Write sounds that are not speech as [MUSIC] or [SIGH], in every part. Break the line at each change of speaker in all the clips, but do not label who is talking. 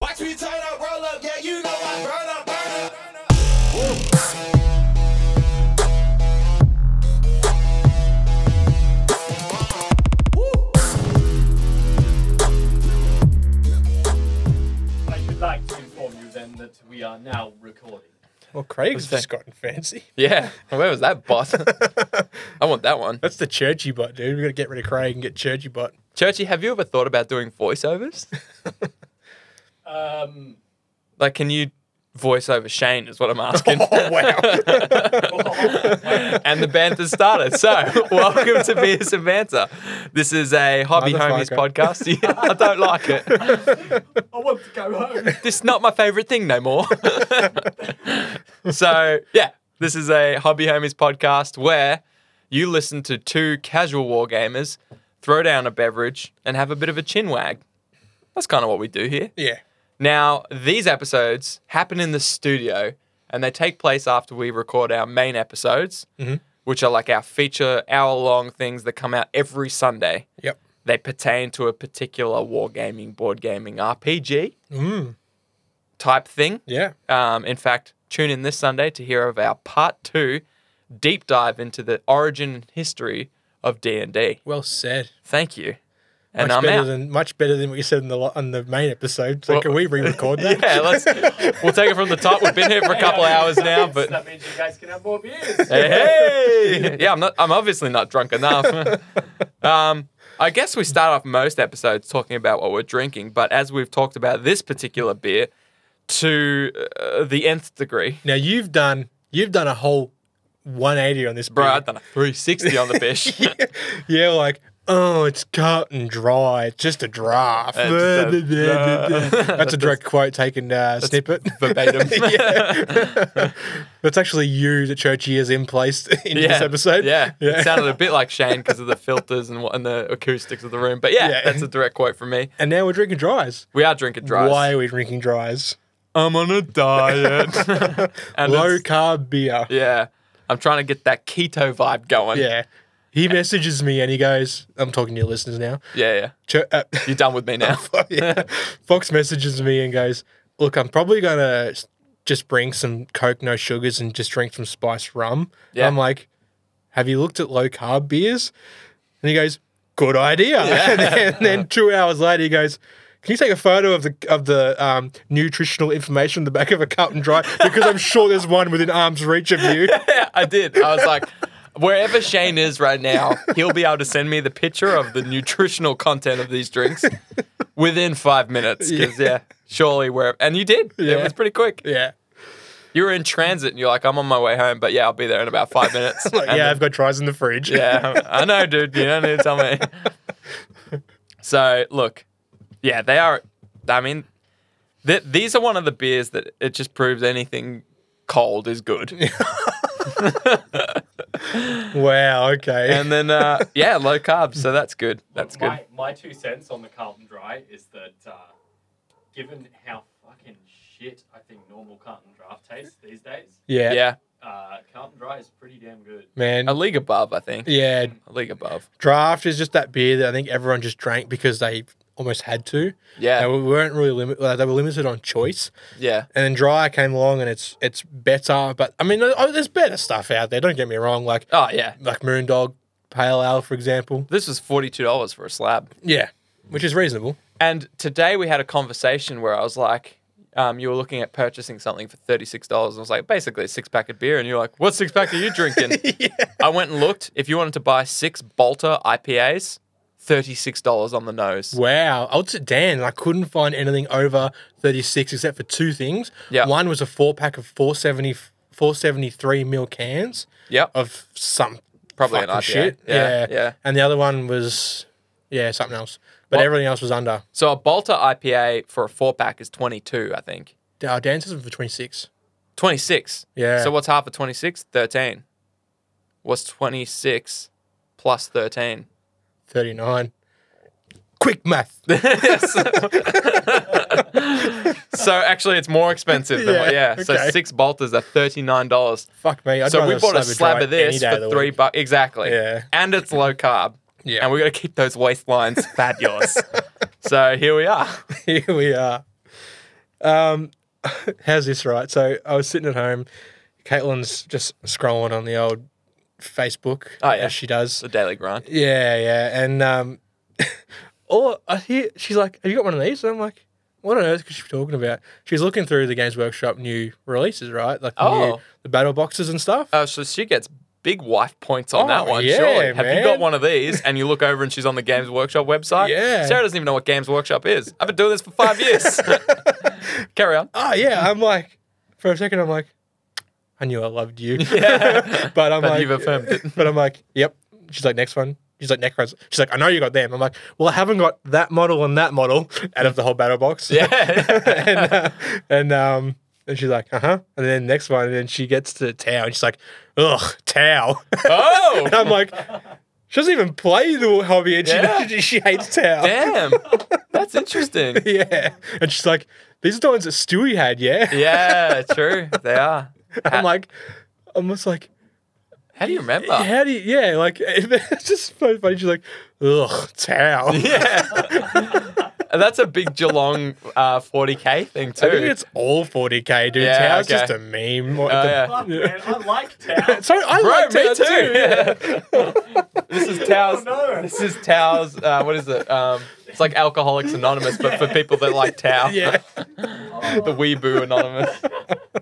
Watch me turn up, roll up, yeah, you know I burn up, burn up, burn up.
I would like to inform you then that we are now recording.
Well, Craig's
that?
just gotten fancy.
Yeah. Where was that bot? [LAUGHS] I want that one.
That's the churchy butt, dude. We gotta get rid of Craig and get churchy butt.
Churchy, have you ever thought about doing voiceovers?
Um,
Like, can you voice over Shane, is what I'm asking.
[LAUGHS] Oh wow!
and the banter's started. So, welcome to Beers and Banter. This is a Hobby Homies
Motherfucker.
podcast. [LAUGHS] Yeah, I don't like it.
I want to go home.
This is not my favorite thing no more. [LAUGHS] so, yeah, this is a Hobby Homies podcast where you listen to two casual wargamers throw down a beverage and have a bit of a chin wag. That's kind of what we do here.
yeah,
Now, these episodes happen in the studio and they take place after we record our main episodes,
Mm-hmm.
which are like our feature hour long things that come out every Sunday.
yep.
They pertain to a particular wargaming, board gaming, RPG
Mm.
type thing.
Yeah,
Um, in fact, tune in this Sunday to hear of our part two deep dive into the origin and history of D&D.
well said.
Thank you. And
much
I'm
better
out.
than much better than what you said in the lo- on the main episode. So
Well-
can we re-record that?
[LAUGHS] [LAUGHS] yeah, let's we'll take it from the top. We've been here for a [LAUGHS]
[LAUGHS]
couple
[LAUGHS]
hours now, but
that means you guys can have more
[LAUGHS]
beers.
hey, [LAUGHS] yeah, I'm not. I'm obviously not drunk enough. [LAUGHS] um, I guess we start off most episodes talking about what we're drinking, but as we've talked about this particular beer to uh, the nth degree,
Now you've done you've done a whole 180 on this,
bro,
beer.
I've done a 360 on the [LAUGHS] bish.
yeah, like oh, it's cut and dry. It's just a draft.
It's a-
[LAUGHS] That's a
[LAUGHS]
direct quote taken uh, snippet. [LAUGHS]
Verbatim.
That's actually you that Churchy has in place [LAUGHS] in this episode.
Yeah.
[LAUGHS] yeah.
It sounded a bit like Shane because of the filters and, what, and the acoustics of the room. But yeah,
Yeah.
that's a direct quote from me.
and now we're drinking dries.
We are drinking dry.
Why are we drinking dries?
I'm on a diet. [LAUGHS] and
Low
it's-
carb beer. Yeah.
Yeah. I'm trying to get that keto vibe going.
He messages me and he goes, I'm talking to your listeners now.
Yeah. yeah.
Ch- uh,
You're done with me [LAUGHS] now.
[LAUGHS] yeah. Fox messages me and goes, Look, I'm probably going to just bring some Coke, no sugars, and just drink some spiced rum.
Yeah.
I'm like, Have you looked at low carb beers? And he goes, Good idea. [LAUGHS] And, then, and
[LAUGHS]
then two hours later, he goes, can you take a photo of the of the um, nutritional information on the back of a cut and dry? Because I'm sure there's one within arm's reach of you.
[LAUGHS] yeah, I did. I was like, wherever Shane is right now, he'll be able to send me the picture of the nutritional content of these drinks within five minutes. 'Cause, yeah. surely where. And you did. It
Yeah.
was pretty quick.
Yeah.
You were in transit and you're like, I'm on my way home, but yeah, I'll be there in about five minutes.
[LAUGHS] Like,
And
yeah, I've got dries in the fridge.
Yeah, I know, dude. You don't need to tell me. [LAUGHS] So look, yeah, they are. I mean, th- these are one of the beers that it just proves anything cold
[LAUGHS]
is good.
[LAUGHS]
[LAUGHS]
Wow. Okay.
and then uh, yeah, low carbs, so that's good. That's good.
My, my two cents on the Carlton Dry is that uh, given how fucking shit I think normal Carlton Draft tastes these days,
yeah.
Yeah,
uh, Carlton Dry is pretty damn good.
Man.
a league above, I think.
Yeah.
A league above.
Draft is just that beer that I think everyone just drank because they almost had to. They
Yeah,
weren't really limited. Like, they were limited on choice.
yeah.
And then dry came along, and it's it's better. But I mean, oh, there's better stuff out there. Don't get me wrong. Like
Oh yeah.
like Moondog Pale Ale, for example.
This was forty two dollars for a slab.
Yeah, which is reasonable.
And today we had a conversation where I was like, um, you were looking at purchasing something for thirty six dollars. I was like, basically a six pack of beer, and you're like, what six pack are
[LAUGHS]
you drinking? I went and looked. If you wanted to buy six Bolter IPAs, thirty six dollars on the nose.
Wow. I looked at Dan, and I couldn't find anything over thirty six except for two things.
Yeah.
One was a four pack of 470, 473 mil cans.
Yep.
of some
Probably an
fucking
IPA.
shit.
Yeah, yeah.
And the other one was yeah, something else. But
What-
everything else was under.
So a Bolter IPA for a four pack is twenty two, I think.
Our dances were for twenty six.
Twenty six.
Yeah.
So what's half of twenty six? Thirteen. What's twenty six plus thirteen?
Thirty nine. Quick
[LAUGHS]
math. Yeah. [LAUGHS]
So actually, it's more expensive than what, yeah.
Yeah,
So
okay.
six Bolters are thirty nine dollars.
Fuck me. I'd
so we
rather
bought a slab
dry
of this
any day
for
the
three
week.
bucks. Exactly.
Yeah.
And it's low carb.
Yeah.
And we got
[LAUGHS]
to [LAUGHS] keep those waistlines fabulous. so here we are.
Here we are. Um, [LAUGHS] how's this right? So I was sitting at home. Caitlin's just scrolling on the old Facebook
Oh, yeah.
as she does.
The daily grind.
Yeah, yeah. And um, [LAUGHS] all I hear, she's like, "Have you got one of these?" And I'm like, "What on earth is she talking about?" She's looking through the Games Workshop new releases, right? Like the new,
Oh.
the battle boxes and stuff.
Oh, so she gets big wife points on
Oh,
that one.
yeah,
surely. Have you got
man.
one of these and you look over and she's on the Games Workshop website?
Yeah.
Sarah doesn't even know what Games Workshop is. I've been doing this for five
[LAUGHS]
years. Carry on.
oh yeah, I'm like, for a second, I'm like, I knew I loved you,
[LAUGHS] Yeah.
[LAUGHS] but I'm
But
like,
you've affirmed it.
[LAUGHS] But I'm like, yep. She's like, next one. She's like, Necros. She's like, I know you got them. I'm like, well, I haven't got that model and that model [LAUGHS] out of the whole battle box.
Yeah.
[LAUGHS] and, uh, and um, and she's like, uh huh. And then next one, and then she gets to Tau, and she's like, ugh, Tau.
Oh.
[LAUGHS] and I'm like, she doesn't even play the hobby, and she [LAUGHS]
Yeah.
she, hates Tau.
Damn. That's interesting.
Yeah. And she's like, these are the ones that Stewie had, yeah.
Yeah, true. They are.
[LAUGHS] I'm like, I'm just like,
How do you remember?
how do you, yeah, like, [LAUGHS] it's just so funny. She's like, ugh,
[LAUGHS]
Tau.
Yeah. [LAUGHS] And that's a big Geelong uh, 40K thing, too.
I think it's all 40k, dude.
Yeah,
Tau's
okay.
just a meme. What
Oh,
the-
yeah.
[LAUGHS]
Fuck, man, I [LAUGHS] like Tao.
So I
Bro,
like
me
Tau
too.
too. yeah.
This is Tao's.
Oh, no.
[LAUGHS] This is Tao's. Uh, what is it? Um, it's like Alcoholics Anonymous, but for people that like
[LAUGHS]
Tao.
Yeah.
Oh.
[LAUGHS] the Weeboo Anonymous.
[LAUGHS]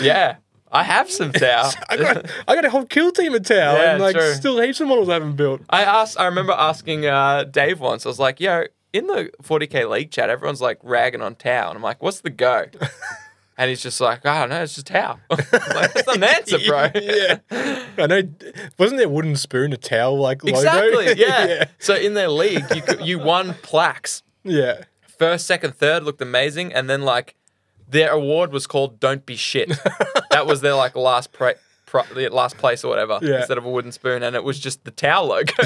yeah, I have some Tao.
I
[LAUGHS]
got I got a whole kill team at Tau
Yeah,
and like
true.
still heaps of models I haven't
[LAUGHS]
built.
I asked. I remember asking uh, Dave once. I was like, "Yo, in the 40k league chat, everyone's like ragging on Tao," and I'm like, "What's the go?" And he's just like, "I don't know. It's just Tao." [LAUGHS] I'm like, that's not
[LAUGHS]
an answer, bro.
yeah. I know wasn't there wooden spoon a towel like logo? [LAUGHS]
Exactly. Yeah.
yeah.
So in their league, you could, you won plaques.
Yeah.
first, second, third looked amazing, and then like their award was called "Don't
[LAUGHS]
Be Shit." that was their like last pra- pro- the last place or whatever
Yeah.
instead of a wooden spoon, and it was just the towel
[LAUGHS]
logo. [LAUGHS]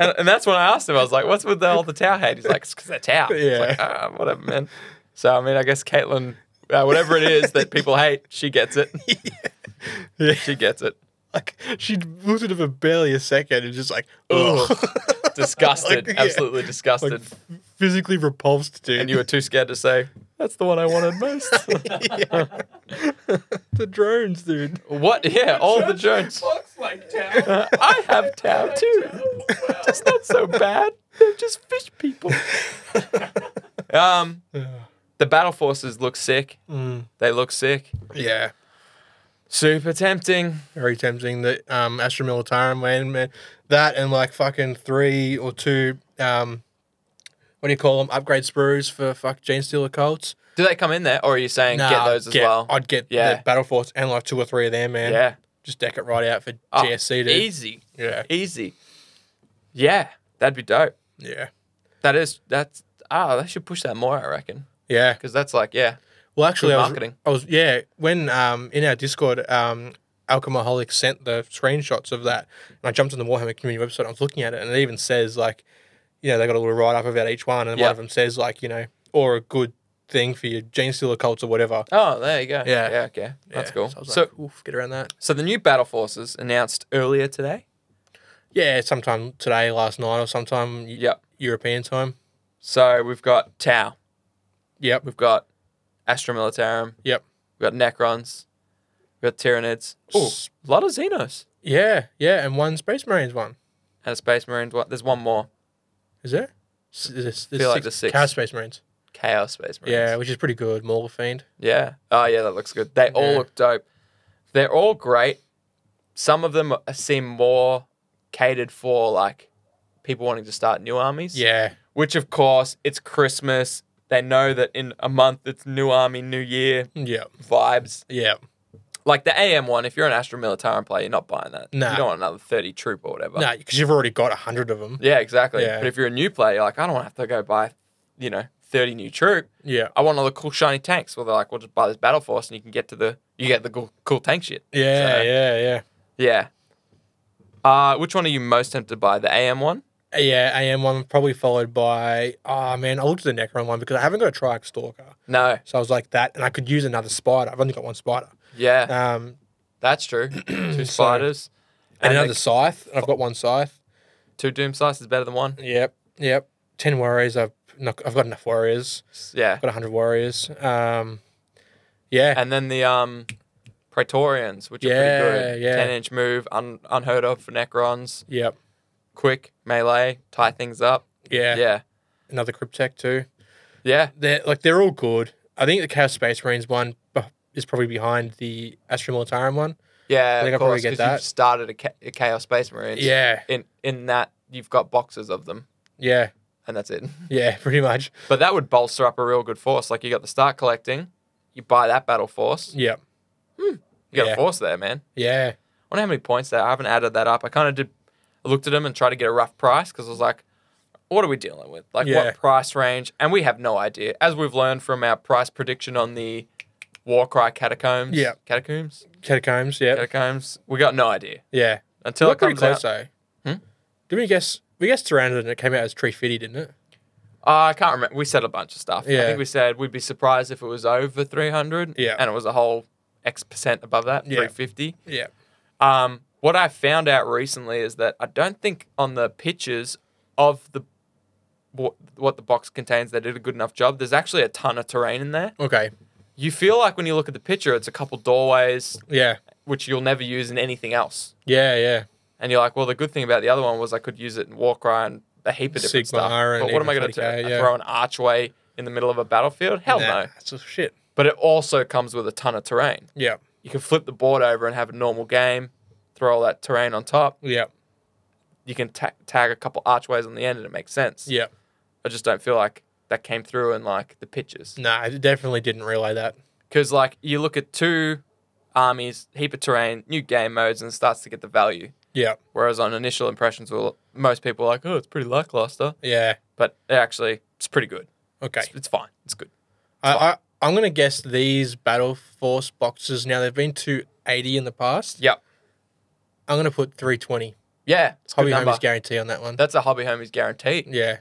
and, and that's when I asked him, I was like, "What's with the, all the towel hate?" He's like, "It's because they're towel." It's like, ah, whatever, man. So I mean, I guess Caitlin, uh, whatever it is that people hate, she gets
[LAUGHS]
it.
Yeah.
She gets it.
[LAUGHS] Like she looked at it for barely a second and just like ugh.
[LAUGHS]
[LAUGHS]
Disgusted,
Like, yeah.
absolutely disgusted.
like physically repulsed dude.
and you
[LAUGHS]
were [LAUGHS] too scared to say, "That's the one I wanted most."
the drones, dude.
What? Yeah, all the Jones.
Looks like Tao.
[LAUGHS] I have Tao too. It's not so bad. They're just fish people. [LAUGHS] um, the battle forces look sick.
Mm.
They look sick.
Yeah.
Super tempting.
Very tempting. The um Astra Militarum man, man. That and like fucking three or two um what do you call them? Upgrade sprues for fuck Gene Stealer Colts.
Do they come in there, or are you saying get
Nah,
those as well?
I'd get
Yeah.
the Battle Force and like two or three of them, man.
yeah.
Just deck it right out for
Oh,
GSC, dude.
Easy,
Yeah.
easy. Yeah, that'd be dope.
Yeah.
That is. That's. Ah, they should push that more. I reckon.
Yeah.
Because that's like, yeah.
Well, actually,
Good
I was,
marketing.
I was, yeah, when um, in our Discord, um, Alchemaholic sent the screenshots of that, and I jumped on the Warhammer community website. and I was looking at it, and it even says like, you know, they got a little write up about each one, and
Yeah.
one of them says like, you know, or a good thing for your gene stealer cults or whatever.
Oh, there you go.
Yeah.
Yeah. Okay. That's
Yeah.
cool.
So, I was
so,
like, Oof, get around that.
so the new battle forces announced earlier today.
Yeah, sometime today, last night, or sometime y-
Yep.
European time.
So we've got Tau,
Yep.
we've got Astra Militarum,
Yep.
we've got Necrons, we've got Tyranids. Oh,
S-
a lot of Xenos
Yeah, yeah, and one Space Marines one.
and a Space Marine. one- There's one more
Is there? S- There's, there's
Feel like
six,
there's six.
Chaos Space Marines.
Chaos Space Marines.
Yeah, which is pretty good. Morgul Fiend.
Yeah. Oh, yeah, that looks good. They all
Yeah.
look dope. They're all great. Some of them are- seem more catered for like people wanting to start new armies.
Yeah,
Which, of course, it's Christmas. They know that in a month it's new army, new year
yeah,
vibes.
yeah.
Like the AM one, if you're an Astra Militarum player, you're not buying that.
Nah.
You don't want another 30 troop or whatever.
No, because you've already got a hundred of them.
Yeah, exactly.
Yeah.
But if you're a new player, you're like, I don't want to have to go buy, you know, 30 new troop.
Yeah,
I want all the cool shiny tanks. Well, they're like, we'll just buy this Battle Force and you can get to the, you get the cool, cool tank shit.
yeah,
So,
yeah,
Yeah. Uh, which one are you most tempted by? The AM one?
yeah, yeah. AM one probably followed by. Oh man, I looked at the Necron one because I haven't got a Triac Stalker,
No.
so I was like that, and I could use another spider. I've only got one spider.
Yeah,
Um,
that's
[CLEARS THROAT]
true. Two spiders.
and,
the
another scythe. And I've got one scythe.
two doom slices is better than one.
Yep, yep. Ten warriors. I've Not, I've got enough warriors.
Yeah.
I've got 100 warriors. Um, yeah.
And then the um, Praetorians, which
Yeah,
are pretty good.
yeah.
10 inch move, un- unheard of for Necrons.
yep.
Quick melee, tie things up.
Yeah.
Yeah. Yeah.
Another Cryptek too. They're like they're all good. I think the Chaos Space Marines one b- is probably behind the Astra Militarum one.
Yeah.
I think
of
I'll probably
course,
get
'cause
that.
You've started a, cha- a Chaos Space Marines.
Yeah.
In, in that, you've got boxes of them,
Yeah.
and that's it. [LAUGHS]
Yeah. [LAUGHS] Pretty much.
But that would bolster up a real good force. Like you got the start collecting, you buy that battle force,
Yep.
you got
Yeah.
a force there, man.
Yeah.
I wonder how many points there. I haven't added that up. I kind of did. I looked at them and tried to get a rough price because I was like, what are we dealing with? Like
Yeah.
what price range? And we have no idea. As we've learned from our price prediction on the Warcry catacombs.
Yeah.
Catacombs.
Catacombs. Yep.
Catacombs. We got no idea
yeah.
until
we
it
pretty
comes
close
out.
though.
Hmm?
Did we guess? We guessed Tyrannodon and it came out as Tree Fitty, didn't it?
Uh, I can't remember. We said a bunch of stuff. I
Yeah.
think we said we'd be surprised if it was over 300.
Yeah.
And it was a whole X percent above that,
Yeah.
350.
Yeah.
Um, what I found out recently is that I don't think on the pictures of the what, what the box contains, they did a good enough job. There's actually a ton of terrain in there.
Okay.
You feel like when you look at the picture, it's a couple doorways
Yeah.
which you'll never use in anything else.
Yeah. Yeah.
And you're like, well, the good thing about the other one was I could use it in Warcry and a heap of different
Sigmar
stuff.
and
But what am I
even
going to
40K,
do?
yeah.
Throw an archway in the middle of a battlefield? Hell
Nah,
no.
That's just shit.
But it also comes with a ton of terrain.
Yeah.
You can flip the board over and have a normal game, throw all that terrain on top.
Yeah.
you can ta- tag a couple archways on the end and it makes sense.
Yeah.
I just don't feel like that came through in like the pictures.
Nah, I definitely didn't realize that.
Because like you look at two armies, heap of terrain, new game modes, and it starts to get the value.
Yeah.
Whereas on initial impressions, well, most people are like, oh, it's pretty lackluster,
Yeah.
but it actually it's pretty good.
Okay.
It's, it's fine. It's good.
I, I I'm gonna guess these Battle Force boxes now they've been to 80 in the past.
Yep.
I'm gonna put 320.
Yeah. It's a good
Hobby
number.
Homies guarantee on that one.
That's a hobby homies guarantee.
yeah.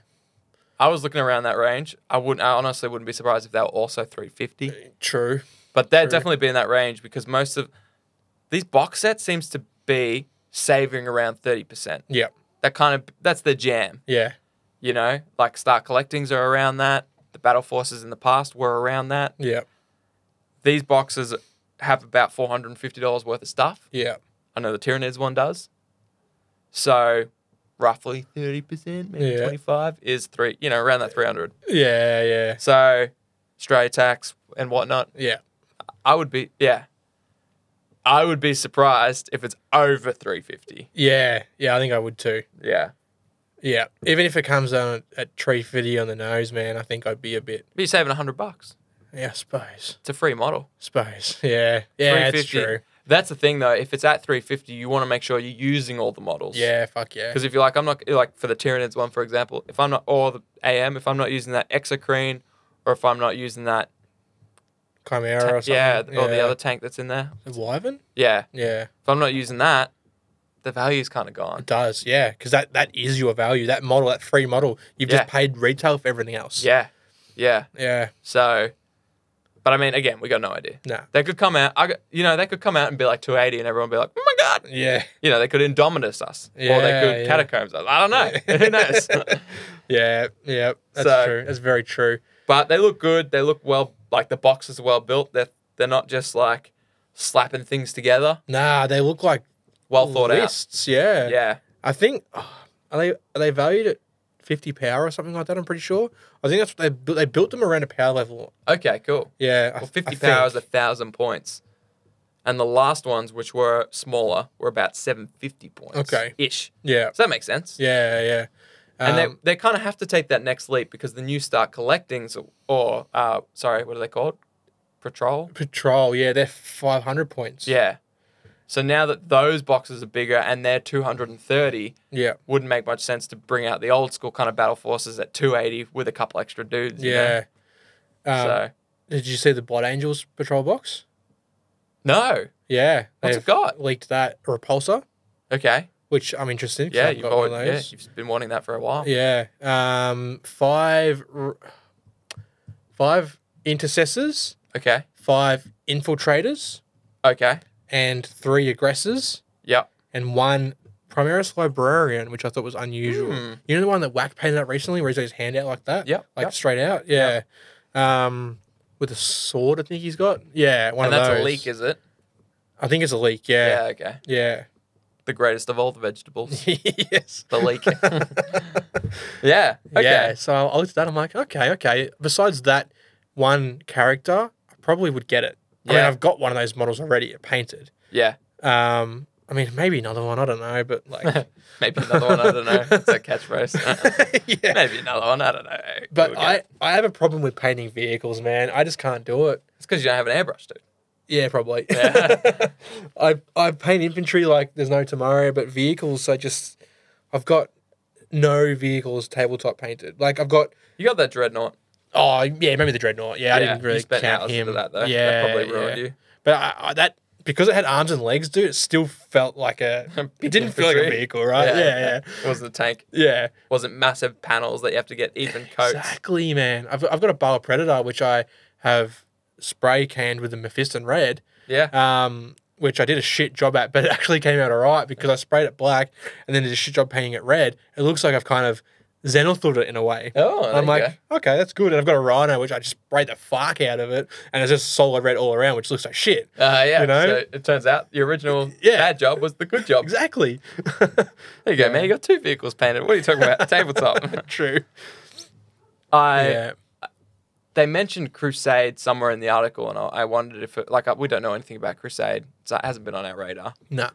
I was looking around that range. I wouldn't. I honestly wouldn't be surprised if they were also three fifty.
True.
But they're
True.
definitely be in that range because most of these box sets seems to be savoring around thirty percent.
Yeah.
That kind of that's their jam,
Yeah.
you know. Like Star Collectings are around that. The Battle Forces in the past were around that.
Yeah.
These boxes have about four hundred and fifty dollars worth of stuff.
Yeah.
I know the Tyranids one does. So roughly thirty percent, maybe
Yeah.
twenty five is three. You know, around that three hundred.
Yeah. Yeah.
So stray attacks and whatnot.
Yeah.
I would be yeah. I would be surprised if it's over 350.
Yeah. Yeah. I think I would too.
Yeah.
Yeah. Even if it comes down at tree fitty on the nose, man, I think I'd be a bit.
But you're saving 100 bucks.
Yeah. I suppose.
It's a free model.
Suppose. Yeah. Yeah. That's
350.
true.
That's the thing though. If it's at 350, you want to make sure you're using all the models.
Yeah. Fuck yeah.
Because if you're like, I'm not like for the Tyranids one, for example, if I'm not or the AM, if I'm not using that Exocrine, or if I'm not using that,
Chimera
ta-
or something.
yeah, or the other tank that's in there,
Wyvern.
yeah,
Yeah.
if I'm not using that, the value's kind of gone.
It does, yeah, because that that is your value. That model, that free model, you've
Yeah.
just paid retail for everything else.
Yeah, yeah.
yeah,
So, but I mean, again, we got no idea.
no,
They could come out, I, got- you know, they could come out and be like 280 and everyone be like, oh my God.
yeah,
You know, they could Indominus us. or they
Yeah,
could
yeah.
Catacombs us. I don't know. [LAUGHS] Who
[LAUGHS]
knows?
yeah, yeah. That's
So-
true. That's very true.
but they look good. They look well, like the boxes are well built. They're, they're not just like slapping things together.
Nah, they look like
Well thought
lists. Yeah,
out. Yeah.
I think oh, are they are they valued at fifty power or something like that? I'm pretty sure. I think that's what they built. They built them around a power level.
Okay, cool.
Yeah, I-
Well, 50
I
power is a
think.
1,000 points. And the last ones, which were smaller, were about 750 points.
Okay.
Ish.
Yeah,
Does that make sense?
yeah, yeah.
and
Um,
they, they kind of have to take that next leap because the new start collectings or uh, sorry what are they called patrol
patrol. Yeah, they're five hundred points.
yeah so now that those boxes are bigger and they're 230
yeah,
wouldn't make much sense to bring out the old school kind of battle forces at 280 with a couple extra dudes you
yeah.
know?
Um,
so
Did you see the Blood Angels patrol box?
no
Yeah.
What's it
they've
got?
Leaked that repulsor,
okay
which I'm interested in. 'cause I
yeah
haven't
you've,
got one
always,
of
yeah
those.
you've been wanting that for a while
Yeah. Um, five, r- five intercessors,
okay
five infiltrators,
okay
and three aggressors,
yep
and one Primaris Librarian, which I thought was unusual.
Hmm.
You know the one that Whack painted up recently, where he's got his hand out like that?
Yep,
Like
yep.
straight out? Yeah. Um, with a sword, I think he's got. Yeah, one
and
of
that's
those.
a leek, is it?
I think it's a leak, yeah.
okay.
Yeah.
The greatest of all
[LAUGHS]
the vegetables, [LAUGHS]
yes.
the leek. yeah.
[LAUGHS]
Okay.
Yeah. So I looked at that. I'm like, okay, okay. Besides that one character, I probably would get it. I mean,
Yeah.
I've got one of those models already painted.
Yeah.
Um, I mean, maybe another one. I don't know, but
[LAUGHS]
like, [LAUGHS]
Maybe another one. I don't know. It's a catchphrase. Uh-uh.
yeah.
Maybe another one. I don't know.
But
We'll
I,
get-
I have a problem with painting vehicles, man. I just can't do it.
it's because you don't have an airbrush, dude.
Yeah, probably.
Yeah.
[LAUGHS] I I paint infantry like there's no tomorrow, but vehicles I just I've got no vehicles tabletop painted. Like I've got
You got that dreadnought.
oh yeah, maybe the dreadnought. Yeah, I didn't really
you spent
count
hours
him.
into that though.
Yeah,
that probably ruined
yeah.
you.
But I, I, that because it had arms and legs, dude, it still felt like
[LAUGHS]
a. It didn't feel like a
infantry.
vehicle, right? Yeah, Uh, yeah,
[LAUGHS] It wasn't a tank.
yeah.
Wasn't massive panels that you have to get even coats.
Exactly, man. I've I've got a boa predator which I have spray canned with the Mephiston red.
Yeah.
um, which I did a shit job at, [LAUGHS] but it actually came out all right because I sprayed it black and then did a shit job painting it red. It looks like I've kind of xenothed it in a way.
Oh, there
I'm
you
like, okay, that's good. And I've got a rhino, which I just sprayed the fuck out of it, and it's just solid red all around, which looks like shit.
go. Uh, yeah.
you know?
So it turns out the original
Yeah.
bad job was the good job.
Exactly. [LAUGHS]
There you go, man. You got two vehicles painted. What are you
[LAUGHS]
talking about? Tabletop.
True.
[LAUGHS] I
yeah.
they mentioned Crusade somewhere in the article, and I, I wondered if it, like I, we don't know anything about Crusade, so it hasn't been on our radar.
Nah.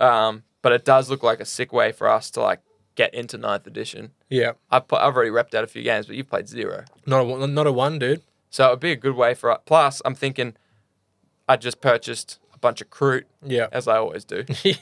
Um, but it does look like a sick way for us to like get into ninth edition.
Yeah.
I've pl- I've already repped out a few games, but you've played zero.
Not a one- not a one, dude.
So it'd be a good way for. Plus, I'm thinking, I just purchased a bunch of Crute,
Yeah.
as I always do.
yeah.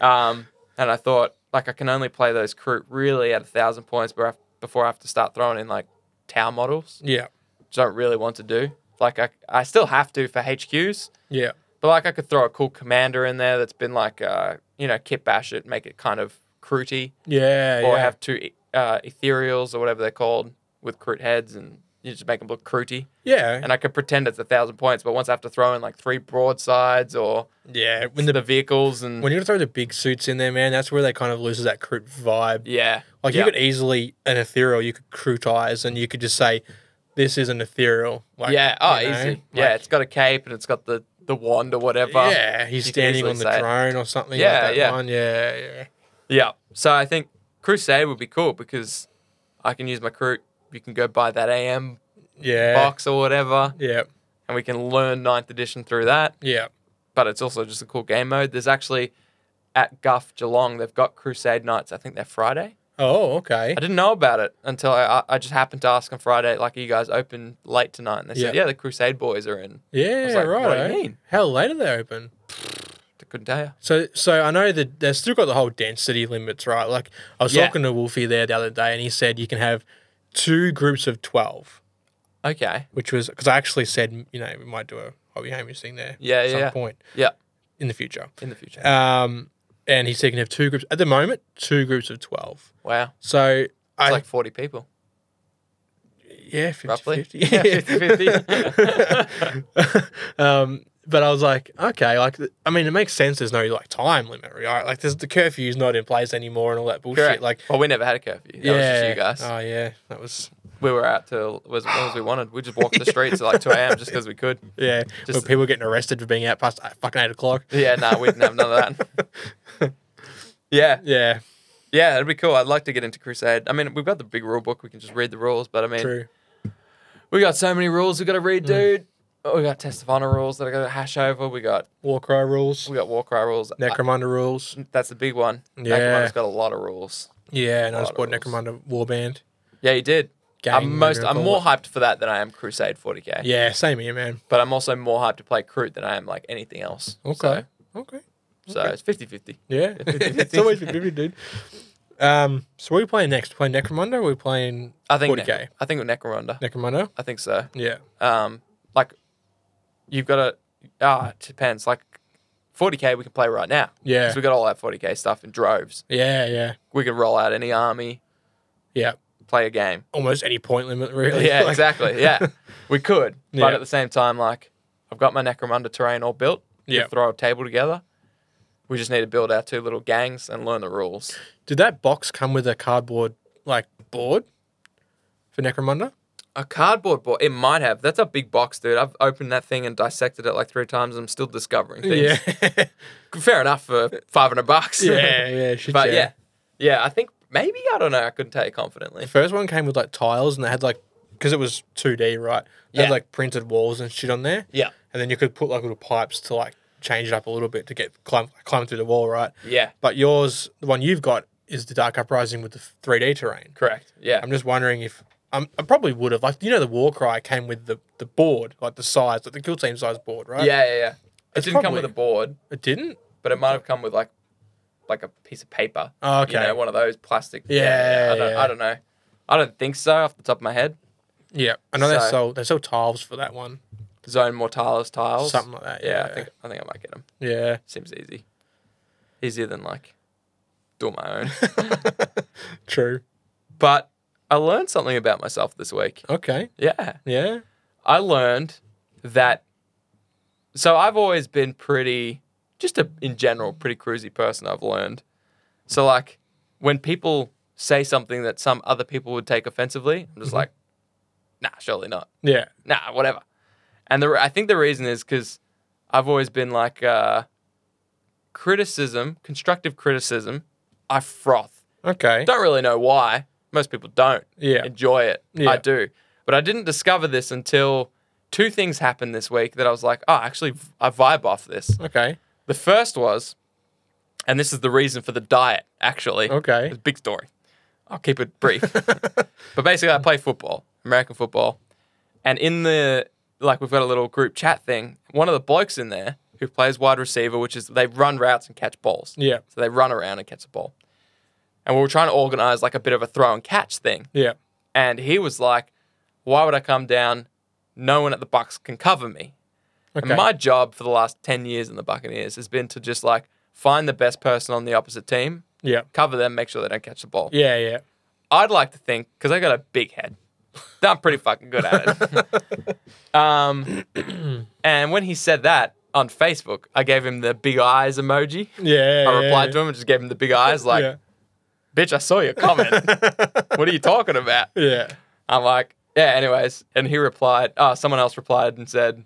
Um, and I thought, like, I can only play those Crute really at a thousand points before I, before I have to start throwing in like tower models,
[LAUGHS] Yeah.
which I don't really want to do. Like, I I still have to for HQs,
Yeah.
but like, I could throw a cool commander in there that's been like, uh, you know, kit bash it, make it kind of Crutey,
Oh, Yeah.
or have two uh, ethereals or whatever they're called with Crute heads and. You just make them look crutey
yeah.
and I could pretend it's a thousand points, but once I have to throw in like three broadsides or
Yeah. When
into the
the
vehicles and
when you throw the big suits in there, man, that's where they kind of loses that crit vibe.
yeah,
Like
yeah.
you could easily an ethereal, you could crutize, and you could just say, "This is an ethereal." Like,
yeah, oh
you know,
easy, yeah,
like-
it's got a cape and it's got the the wand or whatever,
yeah. He's
you could
standing
easily
on the
say it.
drone or something.
Yeah,
like that
yeah.
One. yeah, yeah,
yeah. So I think Crusade would be cool because I can use my crew. You can go buy that AM
yeah,
box or whatever,
yeah,
and we can learn Ninth Edition through that.
yeah.
But it's also just a cool game mode. There's actually at Guff Geelong, they've got Crusade nights. I think they're Friday.
Oh, okay.
I didn't know about it until I, I- I just happened to ask on Friday, like, are you guys open late tonight? And they said,
Yeah.
yeah, the Crusade boys are in.
Yeah,
like,
right.
what do you mean?
How late are they open?
I couldn't tell you.
So, so I know that they've still got the whole density limits, right? Like I was
Yeah.
talking to Wolfie there the other day, and he said you can have two groups of twelve,
Okay.
which was because I actually said, you know, we might do a hobby homies thing there.
Yeah,
at
yeah,
some
yeah.
point
Yeah,
in the future.
in the future.
Um, and he's taking have two groups at the moment, two groups of twelve.
wow. It's
So I Oh,
like 40 people.
yeah, 50,
roughly.
50.
Yeah,
[LAUGHS]
[LAUGHS] 50-50.
um, but I was like, okay, like th- I mean, it makes sense. There's no like time limit, right? Like there's the curfew's not in place anymore and all that bullshit. Like
well, we never had a curfew. That
yeah,
was just you guys.
Oh yeah, that was
we were out till as long as
[SIGHS]
we wanted. We just walked the streets at like 2 a.m. just because
[LAUGHS]
we could.
yeah.
Just-
Just, people were getting arrested for being out past uh, fucking eight o'clock.
Yeah, no, we didn't have none of that. Yeah,
[LAUGHS] Yeah,
yeah, it'd be cool. I'd like to get into Crusade. I mean, we've got the big rule book. We can just read the rules, but I mean,
true. Mm.
we got so many rules we got to read, dude. Oh, we got Test of Honor rules that I got to hash over. We got
Warcry rules,
We got Warcry rules. I- Mm,
Necromunda rules.
that's the big one.
Yeah.
Necromunda's got a lot of rules.
Yeah, and I
lot
just
of
bought
rules.
Necromunda Warband.
Yeah, you did. I'm
Gang,
most.
whatever
I'm
you
more
call
hyped for that than I am Crusade 40k.
it. Yeah, same here, man.
But I'm also more hyped to play Crute than I am like anything else.
Okay. Okay.
So, so it's 50-50.
Yeah, [LAUGHS] it's
50-50.
always been vivid, dude. Um, so what are we playing next? Playing Necromunda? Or are we playing
I think.
40k
Nec- I think with Necromunda.
Necromunda?
I think so.
Yeah,
Um, like you've got to. Ah, it depends. Like 40k we can play right now.
Yeah.
'Cause we got all that 40k stuff in droves.
yeah, yeah,
We could roll out any army,
yeah.
play a game.
Almost any point limit, really.
[LAUGHS] Yeah,
[LAUGHS] Like-
exactly. Yeah, we could,
Yeah.
but at the same time, like I've got my Necromunda terrain all built.
Yeah.
Yeah, throw a table together. We just need to build our two little gangs and learn the rules.
Did that box come with a cardboard like board for Necromunda?
A cardboard board, it might have. That's a big box, dude. I've opened that thing and dissected it like three times. I'm still discovering things.
yeah, [LAUGHS]
[LAUGHS] Fair enough for 500 [LAUGHS] bucks.
yeah. shit,
but yeah. yeah, I think maybe, I don't know, I couldn't tell you confidently.
The first one came with like tiles and they had like because it was 2D, right? They
Yeah.
had like printed walls and shit on there.
Yeah.
And then you could put like little pipes to like change it up a little bit to get climb climb through the wall, right?
Yeah,
But yours, the one you've got, is the Dark Uprising with the 3D terrain.
correct. Yeah.
I'm just wondering if I'm, I probably would have like you know the War Cry came with the the board like the size like the kill team size board, right?
Yeah, yeah, yeah. It
It's
didn't come
probably-
with a board,
It didn't.
but it might have come with like like a piece of paper.
Oh, okay.
You know, one of those plastic.
Yeah,
I, don't,
yeah.
I don't know. I don't think so off the top of my head.
yeah. I know
So-
they sell they sell tiles for that one,
Zone Mortalis tiles.
something like that.
yeah,
Yeah.
I think I think I might get them.
Yeah.
Seems easy. Easier than like do my own. [LAUGHS]
True.
but I learned something about myself this week.
Okay.
Yeah.
Yeah.
I learned that. So I've always been pretty, just a, in general, pretty cruisy person. I've learned. So like, when people say something that some other people would take offensively, I'm just like, nah, surely not.
Yeah.
Nah, whatever. And the re- I think the reason is because I've always been like, uh, criticism, constructive criticism, I froth.
Okay.
Don't really know why. Most people don't
Yeah.
enjoy it. I
Yeah.
do. But I didn't discover this until two things happened this week that I was like, oh, actually, v- I vibe off this.
Okay.
The first was, and this is the reason for the diet, actually.
Okay.
It's a big story. I'll keep it
[LAUGHS]
brief. but basically, I play football, American football. And in the, like, we've got a little group chat thing. One of the blokes in there who plays wide receiver, which is they run routes and catch balls.
Yeah.
So they run around and catch the ball. And we were trying to organize, like, a bit of a throw and catch thing.
Yeah.
And he was like, Why would I come down? No one at the Bucks can cover me.
Okay.
And my job for the last 10 years in the Buccaneers has been to just like find the best person on the opposite team,
yeah.
cover them, make sure they don't catch the ball.
Yeah. Yeah.
I'd like to think, because I got a big head, that I'm pretty fucking good at it.
[LAUGHS]
um, and when he said that on Facebook, I gave him the big eyes emoji.
Yeah.
I replied to him and just gave him the big eyes, like,
yeah.
bitch, I saw your
[LAUGHS]
comment. what are you talking about?
Yeah.
I'm like, yeah, anyways. And he replied, oh, someone else replied and said,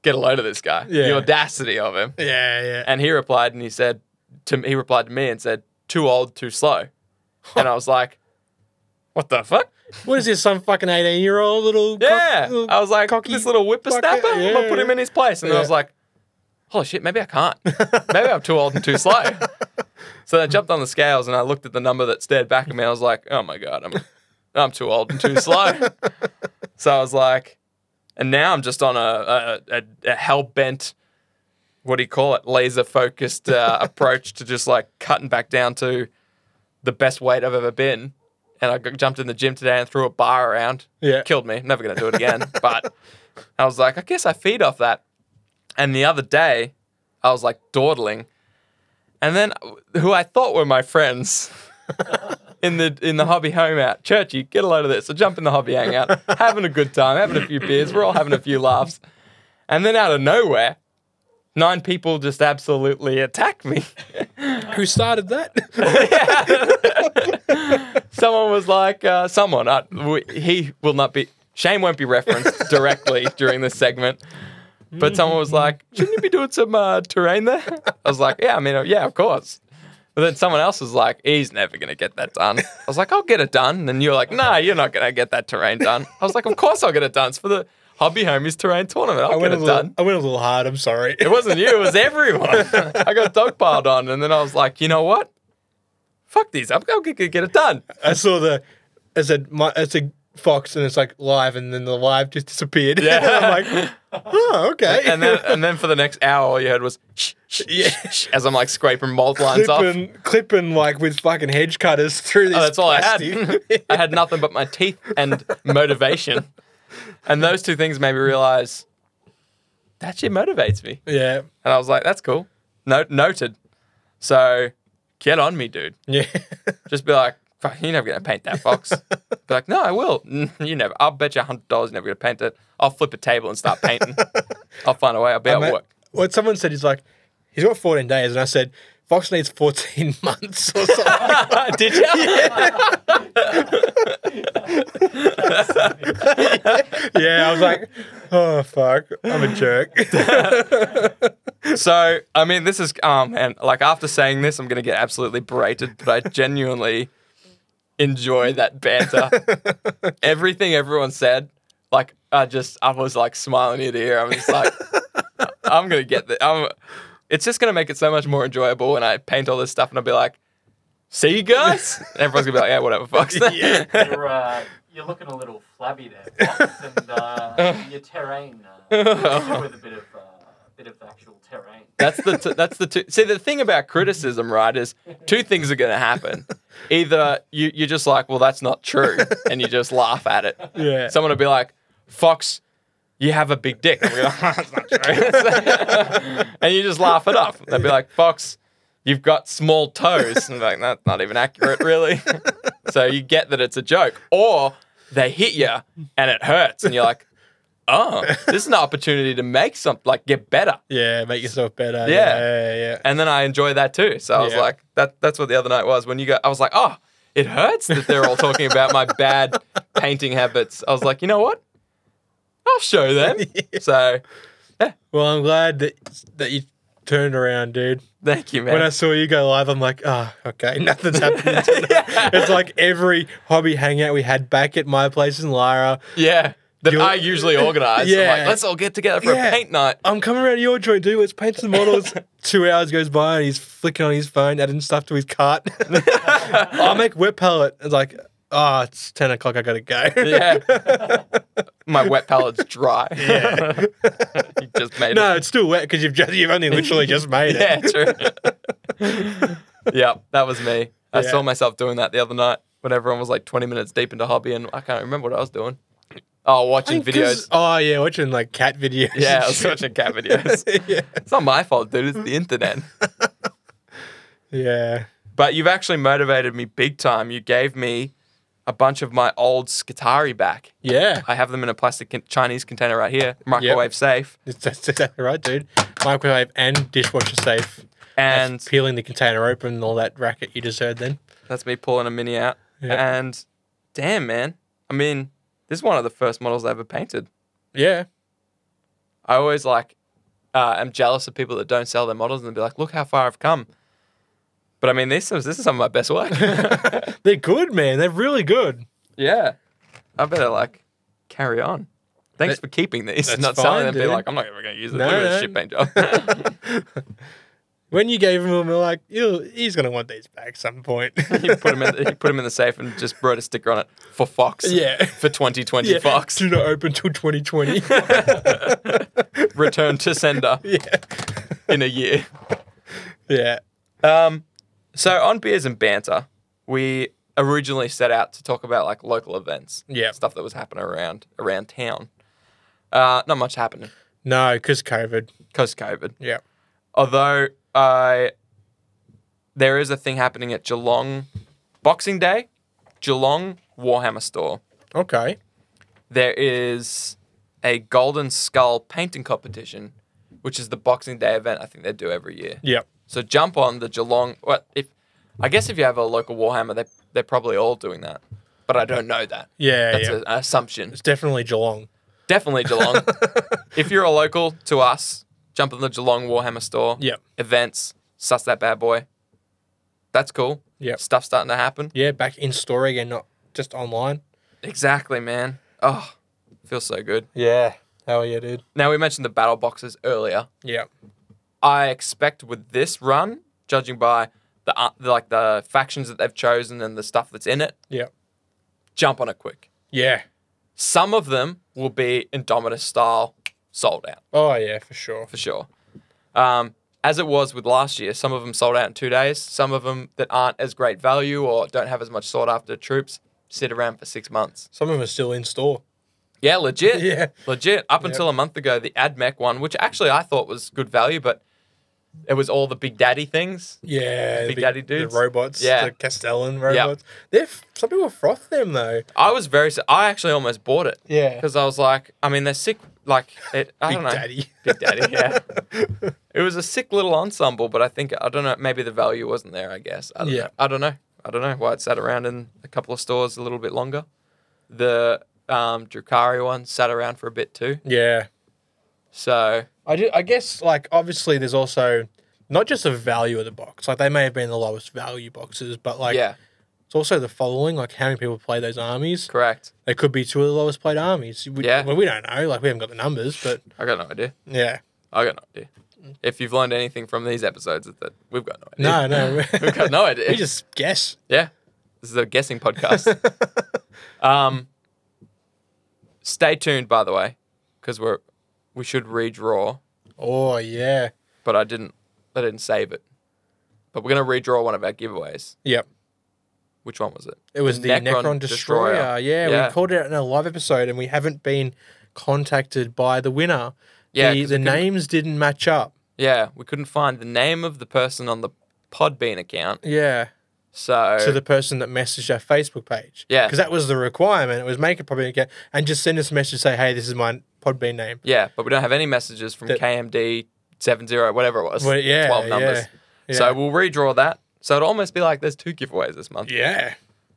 get a load of this guy.
Yeah.
The audacity of him.
Yeah. Yeah.
And he replied and he said, to he replied to me and said, too old, too slow. And I was like, what the fuck?
What is this? Some fucking eighteen-year-old little? cock-
Yeah.
little- [LAUGHS]
I was like,
cocky
this little whippersnapper,
fucker,
I'm going to put
yeah.
him in his place. And I
Yeah.
was like, holy shit, maybe I can't.
[LAUGHS]
maybe I'm too old and too slow. so I jumped on the scales and I looked at the number that stared back at me. I was like, oh my God, I'm, I'm too old and too slow. so I was like, and now I'm just on a, a, a, a hell bent, what do you call it, laser focused uh, approach to just like cutting back down to the best weight I've ever been. And I g- jumped in the gym today and threw a bar around
yeah.
killed me. Never gonna do it again. but I was like, I guess I feed off that. And the other day, I was like dawdling, and then uh, who I thought were my friends in the in the hobby home out, Churchy, get a load of this. So jump in the hobby hangout, having a good time, having a few beers. We're all having a few laughs, and then out of nowhere, nine people just absolutely attack me.
Who started that?
someone was like, uh, someone, uh, we, he will not be, Shane won't be referenced directly during this segment. But someone was like, shouldn't you be doing some uh, terrain there? I was like, yeah, I mean, uh, yeah, of course. But then someone else was like, he's never going to get that done. I was like, I'll get it done. And you're like, nah, you're not going to get that terrain done. I was like, of course I'll get it done. It's for the Hobby Homies terrain tournament. I'll
I
get
went a
it
little.
done.
I went a little hard. I'm sorry.
It wasn't you, it was everyone. I got dogpiled on. And then I was like, you know what? Fuck these. I'm going to get it done.
[LAUGHS] I saw the. I said my. I said Fox, and it's like live, and then the live just disappeared. Yeah. [LAUGHS] I'm like, oh okay.
and then uh,
[LAUGHS]
and then for the next hour, all you heard was shh, shh,
Yeah.
shh, shh, as I'm like scraping mold lines off.
clipping, clipping like with fucking hedge cutters through this.
Oh, that's all I
plastic. [LAUGHS]
had. [LAUGHS] I had nothing but my teeth and motivation, and those two things made me realize that shit motivates me.
yeah.
And I was like, "That's cool." No, noted. So get on me, dude.
Yeah.
Just be like, "Fuck, "You're never gonna paint that
[LAUGHS]
box." be like, "No, I will." "Mm, You never. I'll bet you hundred dollars you're never
[LAUGHS]
gonna paint it. I'll flip a table and start painting. I'll find a way. I'll be at
Mate,
work.
What someone said is like, he's got 14 days. And I said, Fox needs 14 [LAUGHS] months or
[LAUGHS]
something.
Did you? [LAUGHS]
yeah, I was like, oh, fuck, I'm a
[LAUGHS]
jerk. [LAUGHS]
So, I mean, this is, oh man, like after saying this, I'm going to get absolutely berated, but I genuinely enjoy that
[LAUGHS]
banter. Everything everyone said, like, I just, I was like smiling ear to ear. I'm just like, I'm going to get the, I'm, it's just going to make it so much more enjoyable when I paint all this stuff and I'll be like, see you guys. And everyone's going to be like, yeah, whatever, Fox.
Yeah.
You're, uh, you're looking a little flabby there, Fox, and uh, your terrain uh, with a bit of uh, bit of actual terrain.
That's the t- that's the two. See, the thing about criticism, right, is two things are going to happen. Either you you're just like, well, that's not true, and you just laugh at it.
yeah.
[LAUGHS] Someone will be like, Fox, you have a big dick, and, [LAUGHS] we're like, that's not true. [LAUGHS] and you just laugh it off. They'll be like, Fox, you've got small toes, and I'm like that's not even accurate, really. [LAUGHS]
[LAUGHS]
so you get that it's a joke, or they hit you and it hurts, and you're like, oh, this is an opportunity to make something like get better.
yeah, make yourself better. Yeah,
Yeah.
yeah, yeah.
and then I enjoy that too. So I was
Yeah.
like, that that's what the other night was when you go. I was like, oh, it hurts that they're all talking
[LAUGHS]
about my bad painting habits. I was like, you know what? I'll
[LAUGHS]
show them. So
Well, I'm glad that, that you turned around, dude.
thank you, man.
When I saw you go live, I'm like, ah, okay, [LAUGHS] nothing's
[LAUGHS]
happening. tonight." It's like every hobby hangout we had back at my place in Lyra.
yeah, that
You're-
I usually organize. I'm
Yeah.
like, let's all get together for
Yeah.
a
[LAUGHS]
paint night. [LAUGHS]
I'm coming around to your joint, dude. Let's paint some models. Two hours goes by and he's flicking on his phone, adding stuff to his
[LAUGHS]
cart. I'll make wet palette. It's like, ah, it's 10 o'clock. I got to go.
Yeah, my wet palette's dry.
[LAUGHS] Yeah.
you [LAUGHS] just made
no,
it.
it's still wet because you've just, you've only literally just made
Yeah,
it.
true. [LAUGHS] yep, that was me. I
Yeah.
saw myself doing that the other night when everyone was like 20 minutes deep into hobby and I can't remember what I was doing. Oh,
I
watching
think 'cause-
videos. [LAUGHS]
Oh, yeah, watching like cat videos.
Yeah,
and
I was
shit.
watching
[LAUGHS]
cat videos.
yeah.
It's not my fault, dude. It's
[LAUGHS]
the internet.
Yeah.
But you've actually motivated me big time. You gave me a bunch of my old Skitari back.
Yeah.
I have them in a plastic con- Chinese container right here, microwave safe.
That's, that's exactly right, dude. Microwave and dishwasher safe.
And
That's peeling the container open and all that racket you just heard then.
That's me pulling a mini out.
Yeah.
And damn, man. I mean, this is one of the first models I ever painted.
Yeah.
I always like, uh, am jealous of people that don't sell their models and be like, look how far I've come. But I mean, this is, this is some of my best work. [LAUGHS]
They're good, man. They're really good.
yeah. I better like carry on. Thanks
That-
for keeping these
that's
and not selling
fine,
them. Be
dude.
like, I'm not ever going to use it.
No,
look at
no.
this shit paint job. [LAUGHS]
When you gave him them, we're like, "Ew, he's going to want these back some
[LAUGHS]
point.
he, put them in, he put 'em in the safe and just wrote a sticker on it for Fox.
[LAUGHS] Yeah.
[LAUGHS] For 2020
yeah.
Fox.
[LAUGHS] Do not open till
[LAUGHS]
2020.
Return to sender
yeah.
in a year.
Yeah.
Um, so on beers and banter, we originally set out to talk about like local events,
Yeah.
stuff that was happening around around town. Uh, not much happening
No, because COVID.
because COVID.
Yeah.
Although I, there is a thing happening at Geelong Boxing Day, Geelong Warhammer store.
Okay.
There is a Golden Skull painting competition, which is the Boxing Day event I think they do every year.
Yeah.
So jump on the Geelong. Well, if I guess if you have a local Warhammer, they they're probably all doing that, but I don't know that.
Yeah.
That's
yeah.
a- an assumption.
it's definitely Geelong. [LAUGHS]
Definitely Geelong. if you're a local to us, jump on the Geelong Warhammer store.
Yep.
Events, suss that bad boy. That's cool.
Yep.
Stuff's starting to happen.
Yeah. Back in store again, not just online.
Exactly, man. Oh, feels so good.
Yeah. How are you, dude?
Now we mentioned the battle boxes earlier.
Yeah.
I expect with this run, judging by the uh, like the factions that they've chosen and the stuff that's in it,
Yeah.
jump on it quick.
Yeah.
Some of them will be Indominus style sold out
Oh, yeah, for sure.
for sure. Um, as it was with last year, some of them sold out in two days. Some of them that aren't as great value or don't have as much sought after troops sit around for six months.
Some of them are still in store.
Yeah, legit.
[LAUGHS] Yeah.
Legit. Up until a month ago, the AdMech one, which actually I thought was good value, but it was all the Big Daddy things.
Yeah, the
Big Daddy dudes?
the robots,
Yeah.
the Castellan robots. They're f- some people froth them though.
I was very. I actually almost bought it
Yeah,
because I was like, I mean, they're sick like it. I
Big
don't know.
Daddy. [LAUGHS]
Big Daddy. Yeah. it was a sick little ensemble, but I think I don't know. Maybe the value wasn't there. I guess. I don't
Yeah.
Know. I don't know. I don't know why it sat around in a couple of stores a little bit longer. The um, Drukari one sat around for a bit too.
Yeah.
So
I, do, I guess, like, obviously, there's also not just the value of the box. Like, they may have been the lowest value boxes, but, like,
yeah,
it's also the following. Like, how many people play those armies?
correct.
They could be two of the lowest played armies. We,
Yeah.
Well, we don't know. Like, we haven't got the numbers, but
I got no idea.
yeah.
I got no idea. If you've learned anything from these episodes, it's that we've got no idea.
No, no.
[LAUGHS] We've
[LAUGHS]
got no idea.
we just guess.
Yeah. This is a guessing
[LAUGHS]
podcast. um, stay tuned, by the way, because we're we should redraw,
Oh, yeah.
but I didn't I didn't save it. But we're gonna redraw one of our giveaways.
Yep.
Which one was it?
It was the, Necron, Destroyer. Yeah,
yeah.
we called it out in a live episode, and we haven't been contacted by the winner.
Yeah,
the,
'cause
the
we couldn't-
names didn't match up.
Yeah, we couldn't find the name of the person on the Podbean account,
Yeah,
so
to the person that messaged our Facebook page.
Yeah.
because that was the requirement. It was make a probably account and just send us a message say, "Hey, this is my Podbean name."
yeah, but we don't have any messages from
That-
KMD seven zero whatever it was.
Well, yeah,
twelve numbers.
yeah, yeah.
So we'll redraw that. So it'll almost be like there's two giveaways this month.
Yeah,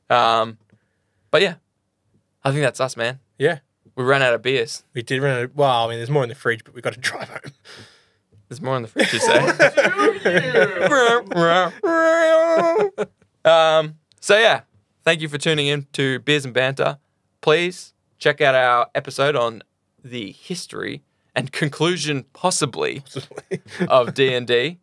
Um, but yeah, I think that's us, man.
yeah.
We ran out of beers.
We did run. A, well, I mean, there's more in the fridge, but we got to drive home.
There's more in the fridge, you say. [LAUGHS]
Do you?
[LAUGHS]
um, so yeah, thank you for tuning in to Beers and Banter. Please check out our episode on the history and conclusion, possibly, of D and D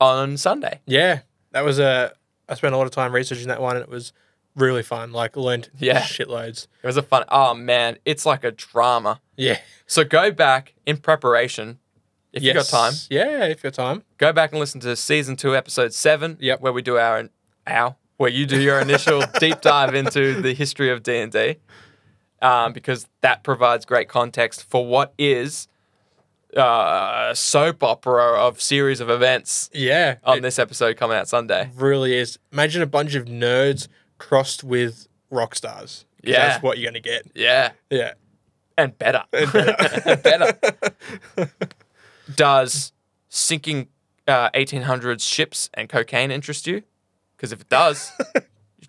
on Sunday.
yeah, that was a. I spent a lot of time researching that one, and it was really fun. Like learned
Yeah.
shitloads.
It was a fun. Oh man, it's like a drama.
Yeah.
So go back in preparation if you
Yes.
got time.
Yeah, if you got time.
go back and listen to season two, episode seven.
Yep.
where we do our our where you do your [LAUGHS] initial deep dive into the history of D and D, um, because that provides great context for what is uh, a soap opera of series of events
Yeah.
on this episode coming out Sunday.
really is. Imagine a bunch of nerds crossed with rock stars. 'Cause
Yeah.
That's what you're going to get.
Yeah,
Yeah.
and better, [LAUGHS] and [LAUGHS] better. Does sinking uh, 1800s ships and cocaine interest you? Because if it [LAUGHS] does,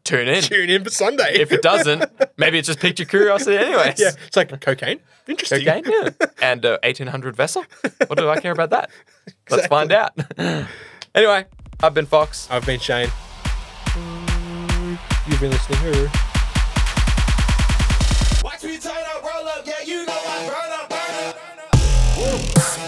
tune
[LAUGHS]
in.
Tune in for Sunday.
if it doesn't, maybe it just piqued your curiosity,
[LAUGHS]
anyways.
yeah. It's like cocaine. Interesting.
Cocaine, yeah.
[LAUGHS]
And uh, 1800 vessel. What do I care about that? Let's find out. [LAUGHS] anyway, I've been Fox.
I've been Shane. You've been listening to
Watch me turn up, roll up, yeah, you know I burn up, burn up, burn up. Woo.